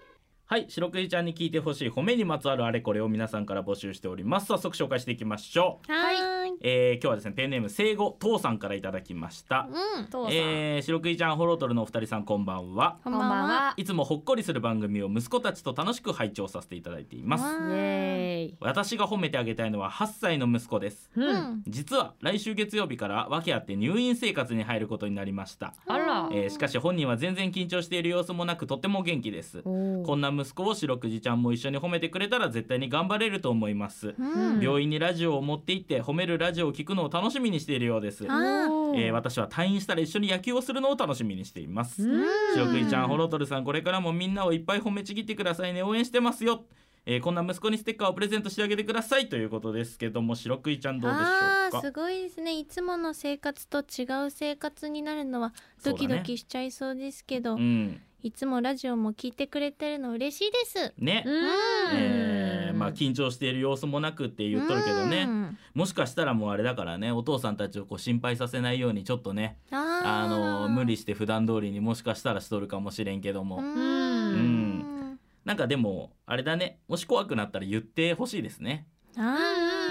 [SPEAKER 2] はい、白くじちゃんに聞いてほしい褒めにまつわるあれこれを皆さんから募集しております。早速紹介していきましょう。
[SPEAKER 1] はーい。
[SPEAKER 2] えー今日はですねペンネーム生後父さんからいただきました、
[SPEAKER 1] うん
[SPEAKER 3] 父さん
[SPEAKER 2] えー、白クイちゃんホロトルのお二人さんこんばんは
[SPEAKER 3] こんばんはい
[SPEAKER 2] つもほっこりする番組を息子たちと楽しく拝聴させていただいています
[SPEAKER 3] イエーイ
[SPEAKER 2] 私が褒めてあげたいのは8歳の息子です
[SPEAKER 3] うん
[SPEAKER 2] 実は来週月曜日から訳あって入院生活に入ることになりました
[SPEAKER 3] あら
[SPEAKER 2] えーしかし本人は全然緊張している様子もなくとても元気です
[SPEAKER 3] おー
[SPEAKER 2] こんな息子を白くじちゃんも一緒に褒めてくれたら絶対に頑張れると思います、
[SPEAKER 1] うん
[SPEAKER 2] 病院にラジオを持って行って褒めるラジオを聞くのを楽しみにしているようです、え
[SPEAKER 1] あー
[SPEAKER 2] ー私は退院したら一緒に野球をするのを楽しみにしています
[SPEAKER 1] うん
[SPEAKER 2] 白くじちゃんホロトルさんこれからもみんなをいっぱい褒めちぎってくださいね応援してますよえーこんな息子にステッカーをプレゼントしてあげてくださいということですけども白くいちゃんどうでしょ
[SPEAKER 1] あ
[SPEAKER 2] うか
[SPEAKER 1] ーすごいですねいつもの生活と違う生活になるのはドキドキしちゃいそうですけど、
[SPEAKER 2] うん
[SPEAKER 1] いつもラジオも聞いてくれてるの嬉しいです
[SPEAKER 2] ね、えーまあ緊張している様子もなくって言っとるけどね、
[SPEAKER 1] うん
[SPEAKER 2] もしかしたらもうあれだからねお父さんたちをこう心配させないようにちょっとね
[SPEAKER 1] あー
[SPEAKER 2] あの無理して普段通りにもしかしたらしとるかもしれんけども、
[SPEAKER 1] うん
[SPEAKER 2] うんなんかでもあれだねもし怖くなったら言ってほしいですね、
[SPEAKER 1] あ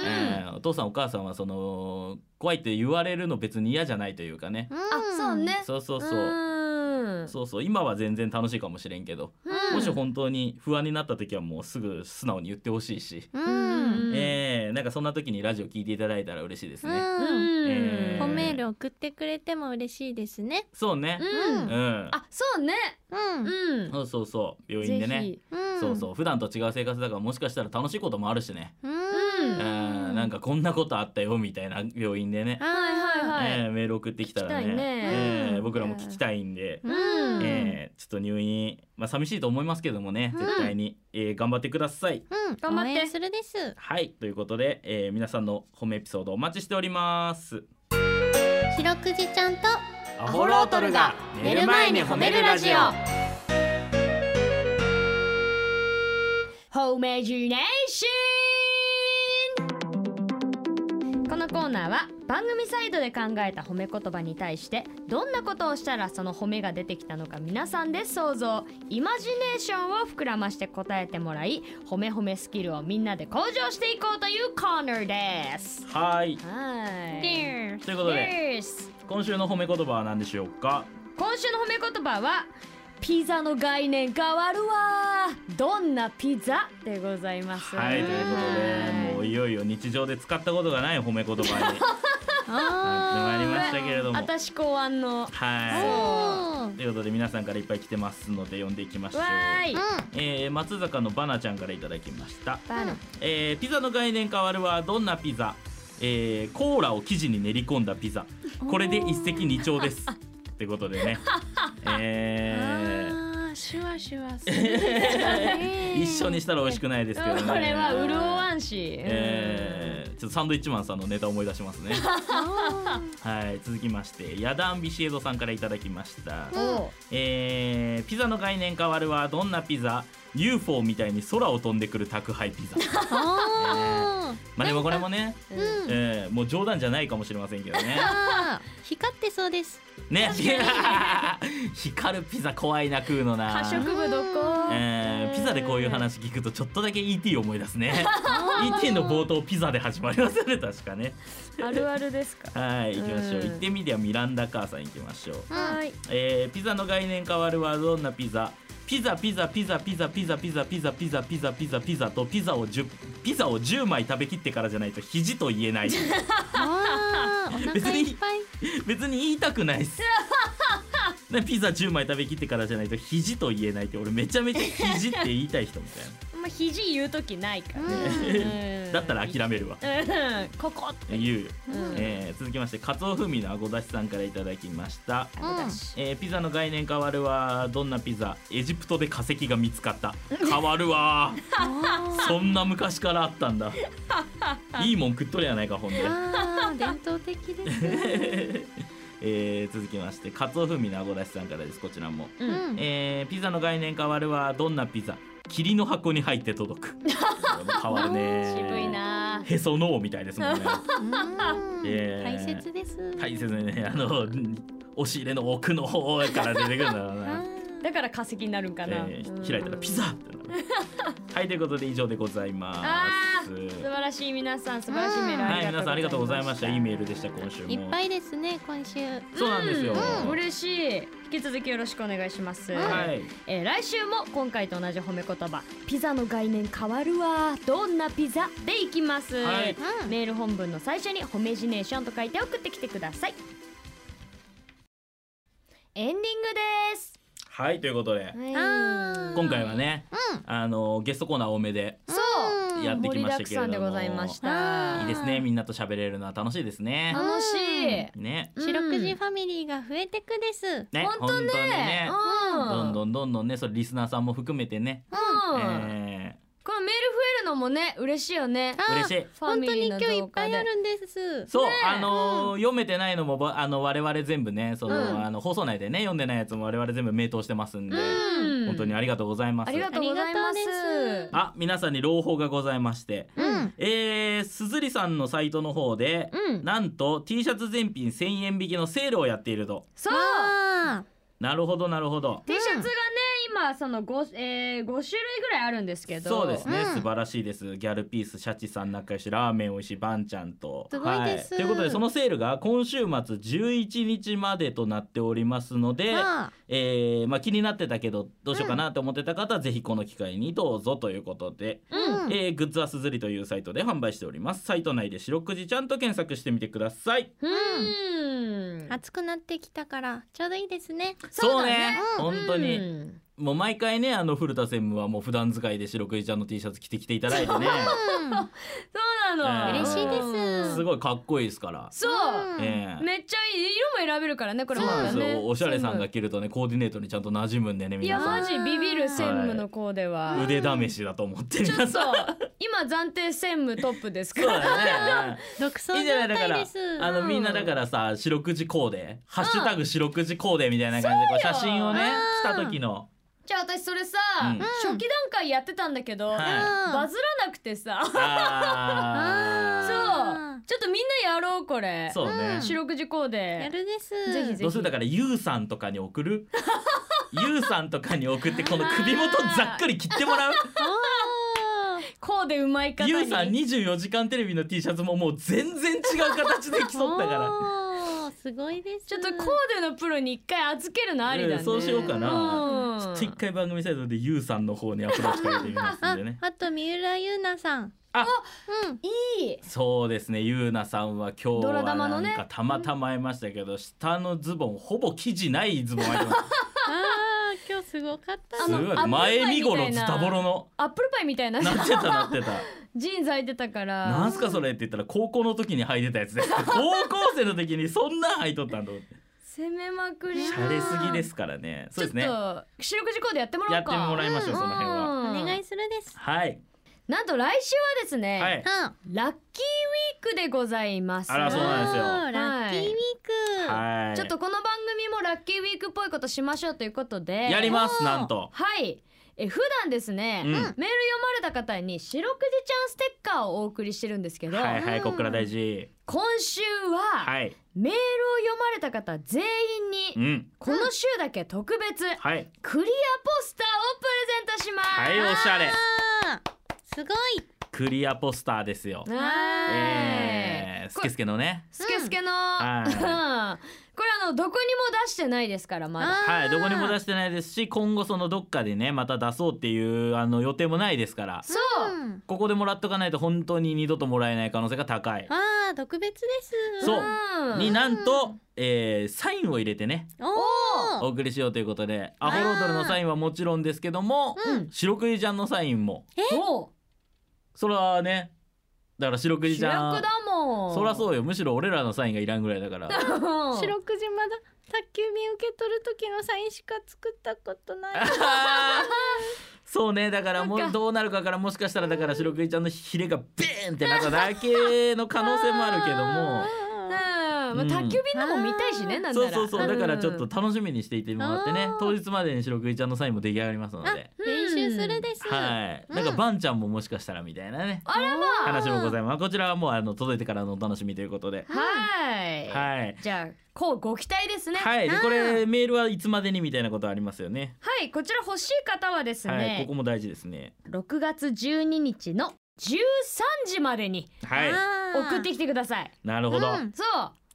[SPEAKER 1] ー、
[SPEAKER 2] えーお父さんお母さんはその怖いって言われるの別に嫌じゃないというかね、
[SPEAKER 3] あそうね
[SPEAKER 2] そうそうそう
[SPEAKER 3] うん
[SPEAKER 2] そうそう今は全然楽しいかもしれんけど、
[SPEAKER 3] うん
[SPEAKER 2] もし本当に不安になった時はもうすぐ素直に言ってほしいし、
[SPEAKER 1] うん
[SPEAKER 2] えーなんかそんな時にラジオ聞いていただいたら嬉しいですね。
[SPEAKER 1] うん
[SPEAKER 2] えー
[SPEAKER 1] 褒めール送ってくれても嬉しいですね
[SPEAKER 2] そうね、
[SPEAKER 1] うん
[SPEAKER 2] うん
[SPEAKER 3] あそうねうんうん
[SPEAKER 2] そうそうそう病院で
[SPEAKER 3] ぜ
[SPEAKER 2] ね
[SPEAKER 3] ひ、
[SPEAKER 1] うん
[SPEAKER 2] そうそう普段と違う生活だからもしかしたら楽しいこともあるしね、うんなんかこんなことあったよみたいな病院でね、
[SPEAKER 3] はいはいはい
[SPEAKER 2] えーメール送ってきたら
[SPEAKER 3] 聞き
[SPEAKER 2] ね
[SPEAKER 3] たいね
[SPEAKER 2] えー僕らも聞きたいんで、
[SPEAKER 3] うん
[SPEAKER 2] えーちょっと入院、まあ、寂しいと思いますけどもね絶対に、えー頑張ってください。
[SPEAKER 1] うん
[SPEAKER 3] 頑張って
[SPEAKER 1] 応援するです
[SPEAKER 2] はいということで、えー皆さんの褒めエピソードお待ちしております。
[SPEAKER 1] 白くじちゃんと
[SPEAKER 2] ア
[SPEAKER 1] ホロートルが寝る前に褒めるラジオ
[SPEAKER 3] ホーメージネーションこのコーナーは番組サイドで考えた褒め言葉に対してどんなことをしたらその褒めが出てきたのか皆さんで想像イマジネーションを膨らまして答えてもらい褒め褒めスキルをみんなで向上していこうというコーナーです
[SPEAKER 2] はい
[SPEAKER 3] はい
[SPEAKER 2] ということで
[SPEAKER 3] Cheers
[SPEAKER 2] 今週の褒め言葉は何でしょうか
[SPEAKER 3] 今週の褒め言葉はピザの概念変わるわどんなピザでございます
[SPEAKER 2] はいということでもういよいよ日常で使ったことがない褒め言葉にな
[SPEAKER 3] <laughs>
[SPEAKER 2] ってまいりましたけれども
[SPEAKER 3] 私考案の
[SPEAKER 2] はいということで皆さんからいっぱい来てますので読んでいきましょう
[SPEAKER 3] わーいうん
[SPEAKER 2] えー松坂のバナちゃんからいただきました
[SPEAKER 3] バナ
[SPEAKER 2] えーピザの概念変わるはどんなピザえーコーラを生地に練り込んだピザこれで一石二鳥です
[SPEAKER 3] <laughs>
[SPEAKER 2] ってことでねえ
[SPEAKER 1] あ
[SPEAKER 2] ー
[SPEAKER 1] ーシュワシュワす
[SPEAKER 2] <laughs> 一緒にしたら美味しくないですけどね
[SPEAKER 3] これは潤わんし、
[SPEAKER 2] えーちょっとサンドイッチマンさんのネタ思い出しますねはい続きましてヤダンビシエドさんからいただきました、
[SPEAKER 3] お
[SPEAKER 2] えーピザの概念変わるはどんなピザ UFO みたいに空を飛んでくる宅配ピザまあでもこれもね、
[SPEAKER 1] うん
[SPEAKER 2] えーもう冗談じゃないかもしれませんけどね
[SPEAKER 1] あー光ってそうです
[SPEAKER 2] ね <laughs> 光るピザ怖いな食うのな
[SPEAKER 3] 過食部どこ
[SPEAKER 2] えーピザでこういう話聞くとちょっとだけ ET を思い出すね ET の冒頭ピザで始まりますよね確かね
[SPEAKER 3] あるあるですか
[SPEAKER 2] はい行きましょう、
[SPEAKER 3] うん
[SPEAKER 2] 行ってみりゃミランダ母さん行きましょう、
[SPEAKER 3] はい
[SPEAKER 2] えーピザの概念変わるはどんなピザピザピザピザピザピザピザピザピザピザピザピザとピザを10ピザを10枚食べきってからじゃないと肘と言えない
[SPEAKER 3] <laughs>
[SPEAKER 1] あーお腹いっぱい
[SPEAKER 2] 別に言いたくないっ
[SPEAKER 3] <laughs>
[SPEAKER 2] すねピザ10枚食べきってからじゃないと肘と言えないって俺めちゃめちゃ肘って言いたい人みたいな
[SPEAKER 3] あんま肘言う時ないからね、
[SPEAKER 2] <laughs> だったら諦めるわ
[SPEAKER 3] うんここ
[SPEAKER 2] 言うよ、
[SPEAKER 3] うん
[SPEAKER 2] えー続きましてカツオ風味のあごだしさんからいただきました、
[SPEAKER 3] うん
[SPEAKER 2] えーピザの概念変わるわどんなピザエジプトで化石が見つかった変わる
[SPEAKER 3] <laughs>
[SPEAKER 2] わそんな昔からあったんだいいもん食っとるやないかほんで、
[SPEAKER 1] あー伝統的です
[SPEAKER 2] <laughs> えー続きましてカツオ風味のあごだしさんからですこちらも、
[SPEAKER 1] うん
[SPEAKER 2] えーピザの概念変わるわどんなピザ霧の箱に入って届
[SPEAKER 3] <laughs>
[SPEAKER 2] く変わるね
[SPEAKER 3] 渋いな
[SPEAKER 2] へその緒みたいですもんねえ
[SPEAKER 1] 大
[SPEAKER 2] ー
[SPEAKER 1] 切です
[SPEAKER 2] 大切にねあの押し入れの奥の方から出てくるんだろうな
[SPEAKER 3] だから化石になるんかな、
[SPEAKER 2] え
[SPEAKER 3] うん
[SPEAKER 2] ー開いたらピザってなるはいということで以上でございま
[SPEAKER 3] あ
[SPEAKER 2] す
[SPEAKER 3] ー素晴らしい皆さん素晴らしいメールありがとうご
[SPEAKER 2] は
[SPEAKER 3] ざいます
[SPEAKER 2] い皆さんありがとうございましたいいメールでした今週も
[SPEAKER 1] いっぱいですね今週
[SPEAKER 2] そうなんですよ
[SPEAKER 3] うん嬉しい引き続きよろしくお願いします、
[SPEAKER 2] はい
[SPEAKER 3] えー来週も今回と同じ褒め言葉ピザの概念変わるわどんなピザでいきます、
[SPEAKER 12] はい
[SPEAKER 3] メール本文の最初に「褒めジネーション」と書いて送ってきてくださいエンディングです
[SPEAKER 2] はいということで今回はねあのゲストコーナー多めで
[SPEAKER 3] そう
[SPEAKER 2] やってきました
[SPEAKER 3] 盛りだく
[SPEAKER 2] けれども
[SPEAKER 3] さんでございました
[SPEAKER 2] いいですねみんなと喋れるのは楽しいですね
[SPEAKER 3] 楽しい
[SPEAKER 2] ね
[SPEAKER 1] 白くじファミリーが増えてくです、
[SPEAKER 2] ね本当にね
[SPEAKER 3] うん
[SPEAKER 2] どんどんどんどんねそれリスナーさんも含めてね
[SPEAKER 3] うん
[SPEAKER 2] え
[SPEAKER 3] このメール増えるのもね嬉しいよね
[SPEAKER 2] あ嬉しい
[SPEAKER 3] 本当に今日いっぱいあ
[SPEAKER 1] るんです
[SPEAKER 2] ーそうあのー読めてないのもばあの我々全部ねそ
[SPEAKER 3] うん
[SPEAKER 2] のあの放送内でね読んでないやつも我々全部名答してますんで
[SPEAKER 3] うん
[SPEAKER 2] 本当にありがとうございます
[SPEAKER 3] ありがとうございます
[SPEAKER 2] あ皆さんに朗報がございまして、えーすずりさんのサイトの方で、なんと T シャツ全品1,000円引きのセールをやっていると
[SPEAKER 3] そう
[SPEAKER 2] なるほどなるほど
[SPEAKER 3] T シャツがね今その 5,、えー、5種類ぐらいあるんですけど
[SPEAKER 2] そうですね、
[SPEAKER 3] ん
[SPEAKER 2] 素晴らしいですギャルピースシャチさん仲良しラーメン美味しいバンちゃんと
[SPEAKER 3] すごいです
[SPEAKER 2] ということでそのセールが今週末11日までとなっておりますので、
[SPEAKER 1] はあ
[SPEAKER 2] えーまあ、気になってたけどどうしようかなと思ってた方は、ぜひこの機会にどうぞということで、
[SPEAKER 1] うん
[SPEAKER 2] えーグッズはすずりというサイトで販売しておりますサイト内で白くじちゃんと検索してみてください
[SPEAKER 3] うん
[SPEAKER 1] 暑くなってきたからちょうどいいですね
[SPEAKER 2] そうね本当に、
[SPEAKER 3] うん
[SPEAKER 2] もう毎回ねあの古田専務はもう普段使いで白くじちゃんの T シャツ着てきていただいてね
[SPEAKER 3] そうなの
[SPEAKER 2] えーす
[SPEAKER 3] い
[SPEAKER 2] ごいかっこいいですから
[SPEAKER 3] そう、
[SPEAKER 2] ええ
[SPEAKER 3] めっちゃいい色も選べるからねこれ
[SPEAKER 2] そう
[SPEAKER 3] ま
[SPEAKER 2] な
[SPEAKER 3] た
[SPEAKER 2] んです
[SPEAKER 3] ね
[SPEAKER 2] よおしゃれさんが着るとねコーディネートにちゃんと馴染むんでね
[SPEAKER 3] いや
[SPEAKER 2] 皆さ
[SPEAKER 3] マ
[SPEAKER 2] ん
[SPEAKER 3] ジビビる専務の子では、
[SPEAKER 2] 腕試しだと思って
[SPEAKER 3] ちょ
[SPEAKER 2] 皆
[SPEAKER 3] っと
[SPEAKER 2] さん
[SPEAKER 3] 今暫定専務トップですか
[SPEAKER 2] そうだ
[SPEAKER 3] ら、
[SPEAKER 2] ね
[SPEAKER 1] 独走
[SPEAKER 2] いいじゃないだからあのみんなだ
[SPEAKER 3] ら
[SPEAKER 2] からさ四六時コーデ「ハッシュタグ四六時コーデ」みたいな感じでこう
[SPEAKER 3] そう
[SPEAKER 2] 写
[SPEAKER 3] よ
[SPEAKER 2] 真をねした時
[SPEAKER 3] <laughs>
[SPEAKER 2] の
[SPEAKER 3] じゃあ私それさ、
[SPEAKER 2] うん
[SPEAKER 3] 初期段階やってたんだけど、
[SPEAKER 2] はい
[SPEAKER 3] バズらなくてさ <laughs>
[SPEAKER 2] あ
[SPEAKER 3] そうちょっとみんなやろうこれ
[SPEAKER 2] そうね
[SPEAKER 3] 四六時コーデや
[SPEAKER 1] るです
[SPEAKER 3] ぜひぜひ
[SPEAKER 2] どうするだからゆうさんとかに送る <laughs> ゆうさんとかに送ってこの首元ざっくり切っても
[SPEAKER 3] <laughs>
[SPEAKER 2] らう
[SPEAKER 3] コーデうまい方に
[SPEAKER 2] ゆうさん24時間テレビの T シャツももう全然違う形で競った
[SPEAKER 3] <laughs>
[SPEAKER 2] から
[SPEAKER 1] おーすごいです
[SPEAKER 3] ちょっとコーデのプロに一回預けるのありだ
[SPEAKER 2] う
[SPEAKER 3] ね
[SPEAKER 2] んそうしようかな、
[SPEAKER 3] うん
[SPEAKER 2] ちょっと一回番組サイトでゆうさんの方にアプローチかけてみますんでね
[SPEAKER 1] あと三浦優奈さ
[SPEAKER 3] <laughs>
[SPEAKER 1] ん
[SPEAKER 2] あ
[SPEAKER 1] うん
[SPEAKER 3] いい
[SPEAKER 2] そうですねゆうなさんは今日
[SPEAKER 1] ドラ
[SPEAKER 2] は
[SPEAKER 1] ダマ
[SPEAKER 2] な
[SPEAKER 1] の
[SPEAKER 2] ん
[SPEAKER 1] ね
[SPEAKER 2] かたまたま会いましたけど、下のズボンほぼ生地ないズボン履いてます
[SPEAKER 1] あー今日すごかった
[SPEAKER 2] すごい前身頃ズタボロの
[SPEAKER 3] アップルパイみたいな
[SPEAKER 2] なってたなってた
[SPEAKER 3] ジーンズ履いてたから
[SPEAKER 2] なんすかそれって言ったら高校の時に履いてたやつです高校生の時にそんなん履いとったんだと思って
[SPEAKER 3] 攻めまくり
[SPEAKER 2] 洒落すぎですからねそうですね
[SPEAKER 3] ちょっと四六時コーデやってもらおうか
[SPEAKER 2] やってもらいましょうその辺は
[SPEAKER 1] お願いするです
[SPEAKER 2] はい
[SPEAKER 3] なんと来週はですね、
[SPEAKER 2] はい
[SPEAKER 3] ラッキーウィークでございます
[SPEAKER 2] あらそうなんですよ
[SPEAKER 3] はい
[SPEAKER 1] ラッキーウィー
[SPEAKER 2] クはい
[SPEAKER 3] ちょっとこの番組もラッキーウィークっぽいことしましょうということで
[SPEAKER 2] やりますなんと
[SPEAKER 3] はいえ普段ですね、
[SPEAKER 2] うん
[SPEAKER 3] メール読まれた方に「白くじちゃんステッカー」をお送りしてるんですけど、
[SPEAKER 2] はいはいこっから大事
[SPEAKER 3] 今週は、
[SPEAKER 2] はい
[SPEAKER 3] メールを読まれた方全員に、
[SPEAKER 2] うん
[SPEAKER 3] この週だけ特別、
[SPEAKER 2] はい
[SPEAKER 3] クリアポスターをプレゼントします
[SPEAKER 2] はいおしゃれ
[SPEAKER 1] すごい
[SPEAKER 2] クリアポスターですよえー、スケスケのね
[SPEAKER 3] スケスケの、
[SPEAKER 2] はい
[SPEAKER 3] <laughs> これあのどこにも出してないですからまだ
[SPEAKER 2] はいどこにも出してないですし今後そのどっかでねまた出そうっていうあの予定もないですから
[SPEAKER 3] そう、
[SPEAKER 2] ここでもらっとかないと本当に二度ともらえない可能性が高い
[SPEAKER 1] あー特別です
[SPEAKER 2] そう
[SPEAKER 1] うん
[SPEAKER 2] になんと、えーサインを入れてね
[SPEAKER 1] お
[SPEAKER 2] お
[SPEAKER 1] お
[SPEAKER 2] 送りしようということでアホロードルのサインはもちろんですけども、白クジちゃんのサインも
[SPEAKER 3] えお
[SPEAKER 2] それはねだから白クジ
[SPEAKER 3] 主
[SPEAKER 2] ちゃん
[SPEAKER 3] 役だもん
[SPEAKER 2] そりゃそうよむしろ俺らのサインがいらんぐらいだから
[SPEAKER 3] <laughs>
[SPEAKER 1] 白くじまだ宅急便受け取る時のサインしか作った
[SPEAKER 2] <laughs>
[SPEAKER 1] ことない
[SPEAKER 2] そうねだからもうどうなるかからもしかしたらだから白クジちゃんのヒレがベーンってなっただけの可能性もあるけども
[SPEAKER 3] うん、ま
[SPEAKER 2] う
[SPEAKER 3] あ、
[SPEAKER 2] ん
[SPEAKER 3] 宅急便のも見たいしね、なんな
[SPEAKER 2] そう
[SPEAKER 3] ら
[SPEAKER 2] そうそうだからちょっと
[SPEAKER 3] ん
[SPEAKER 2] 楽しみにしていてもらってね当日までに白クジちゃんのサインも出来上がりますので
[SPEAKER 1] 練習習するです。
[SPEAKER 2] はい、なんかバンちゃんももしかしたらみたいなね
[SPEAKER 3] あらまあ
[SPEAKER 2] 話もございますこちらはもうあの届いてからのお楽しみということで
[SPEAKER 3] はい、
[SPEAKER 2] はい
[SPEAKER 3] じゃあこうご期待ですね
[SPEAKER 2] はいで
[SPEAKER 3] うん
[SPEAKER 2] これメールはいつまでにみたいなことありますよね
[SPEAKER 3] はいこちら欲しい方はです
[SPEAKER 2] はいこ
[SPEAKER 3] ね、
[SPEAKER 2] こも大事ですね
[SPEAKER 3] 6月12日の13時までに
[SPEAKER 2] はい
[SPEAKER 3] 送ってきてください
[SPEAKER 2] なるほど、
[SPEAKER 3] うんそう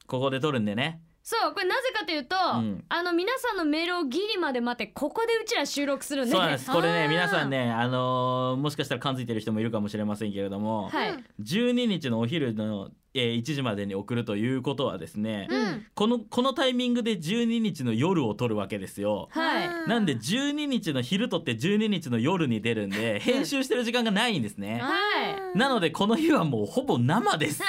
[SPEAKER 2] ここで撮るんでね
[SPEAKER 3] そうこれなぜかというと、
[SPEAKER 2] ん
[SPEAKER 3] あの皆さんのメールをギリまで待ってここでうちら収録するね
[SPEAKER 2] そうなんですこれね皆さん
[SPEAKER 3] ね
[SPEAKER 2] ねあのーもしかしたら感づいてる人もいるかもしれませんけれども、
[SPEAKER 3] はい、
[SPEAKER 2] 12日のお昼の、えー1時までに送るということはですね、
[SPEAKER 3] うん
[SPEAKER 2] このこのタイミングで12日の夜を撮るわけですよ。
[SPEAKER 3] <laughs> はい
[SPEAKER 2] なんで12日の昼撮って12日の夜に出るんで編集してる時間がないんですね。
[SPEAKER 3] はい
[SPEAKER 2] なのでこの日はもうほぼ生です。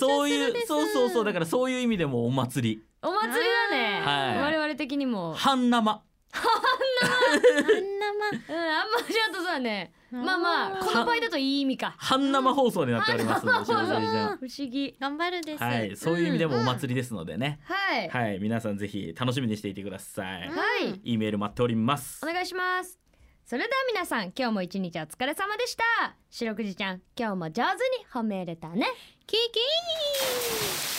[SPEAKER 2] そういうそうそうそうだからそういう意味でもお祭り
[SPEAKER 3] お祭りだね、
[SPEAKER 2] はい
[SPEAKER 3] 我々的にも
[SPEAKER 2] 半生
[SPEAKER 3] うんあんまりあとそうだねまあまあこの場合だといい意味か
[SPEAKER 2] 半生放送になっておりますので、白鳥ちゃん
[SPEAKER 3] 不思議頑張るで
[SPEAKER 2] はい、そういう意味でもお祭りですのでね。
[SPEAKER 3] はい
[SPEAKER 2] はい、皆さんぜひ楽しみにしていてください。
[SPEAKER 3] はい
[SPEAKER 2] いいメール待っております。
[SPEAKER 3] お願いしますそれでは皆さん今日も一日お疲れ様でした白くじちゃん今日も上手に褒めれたねキキー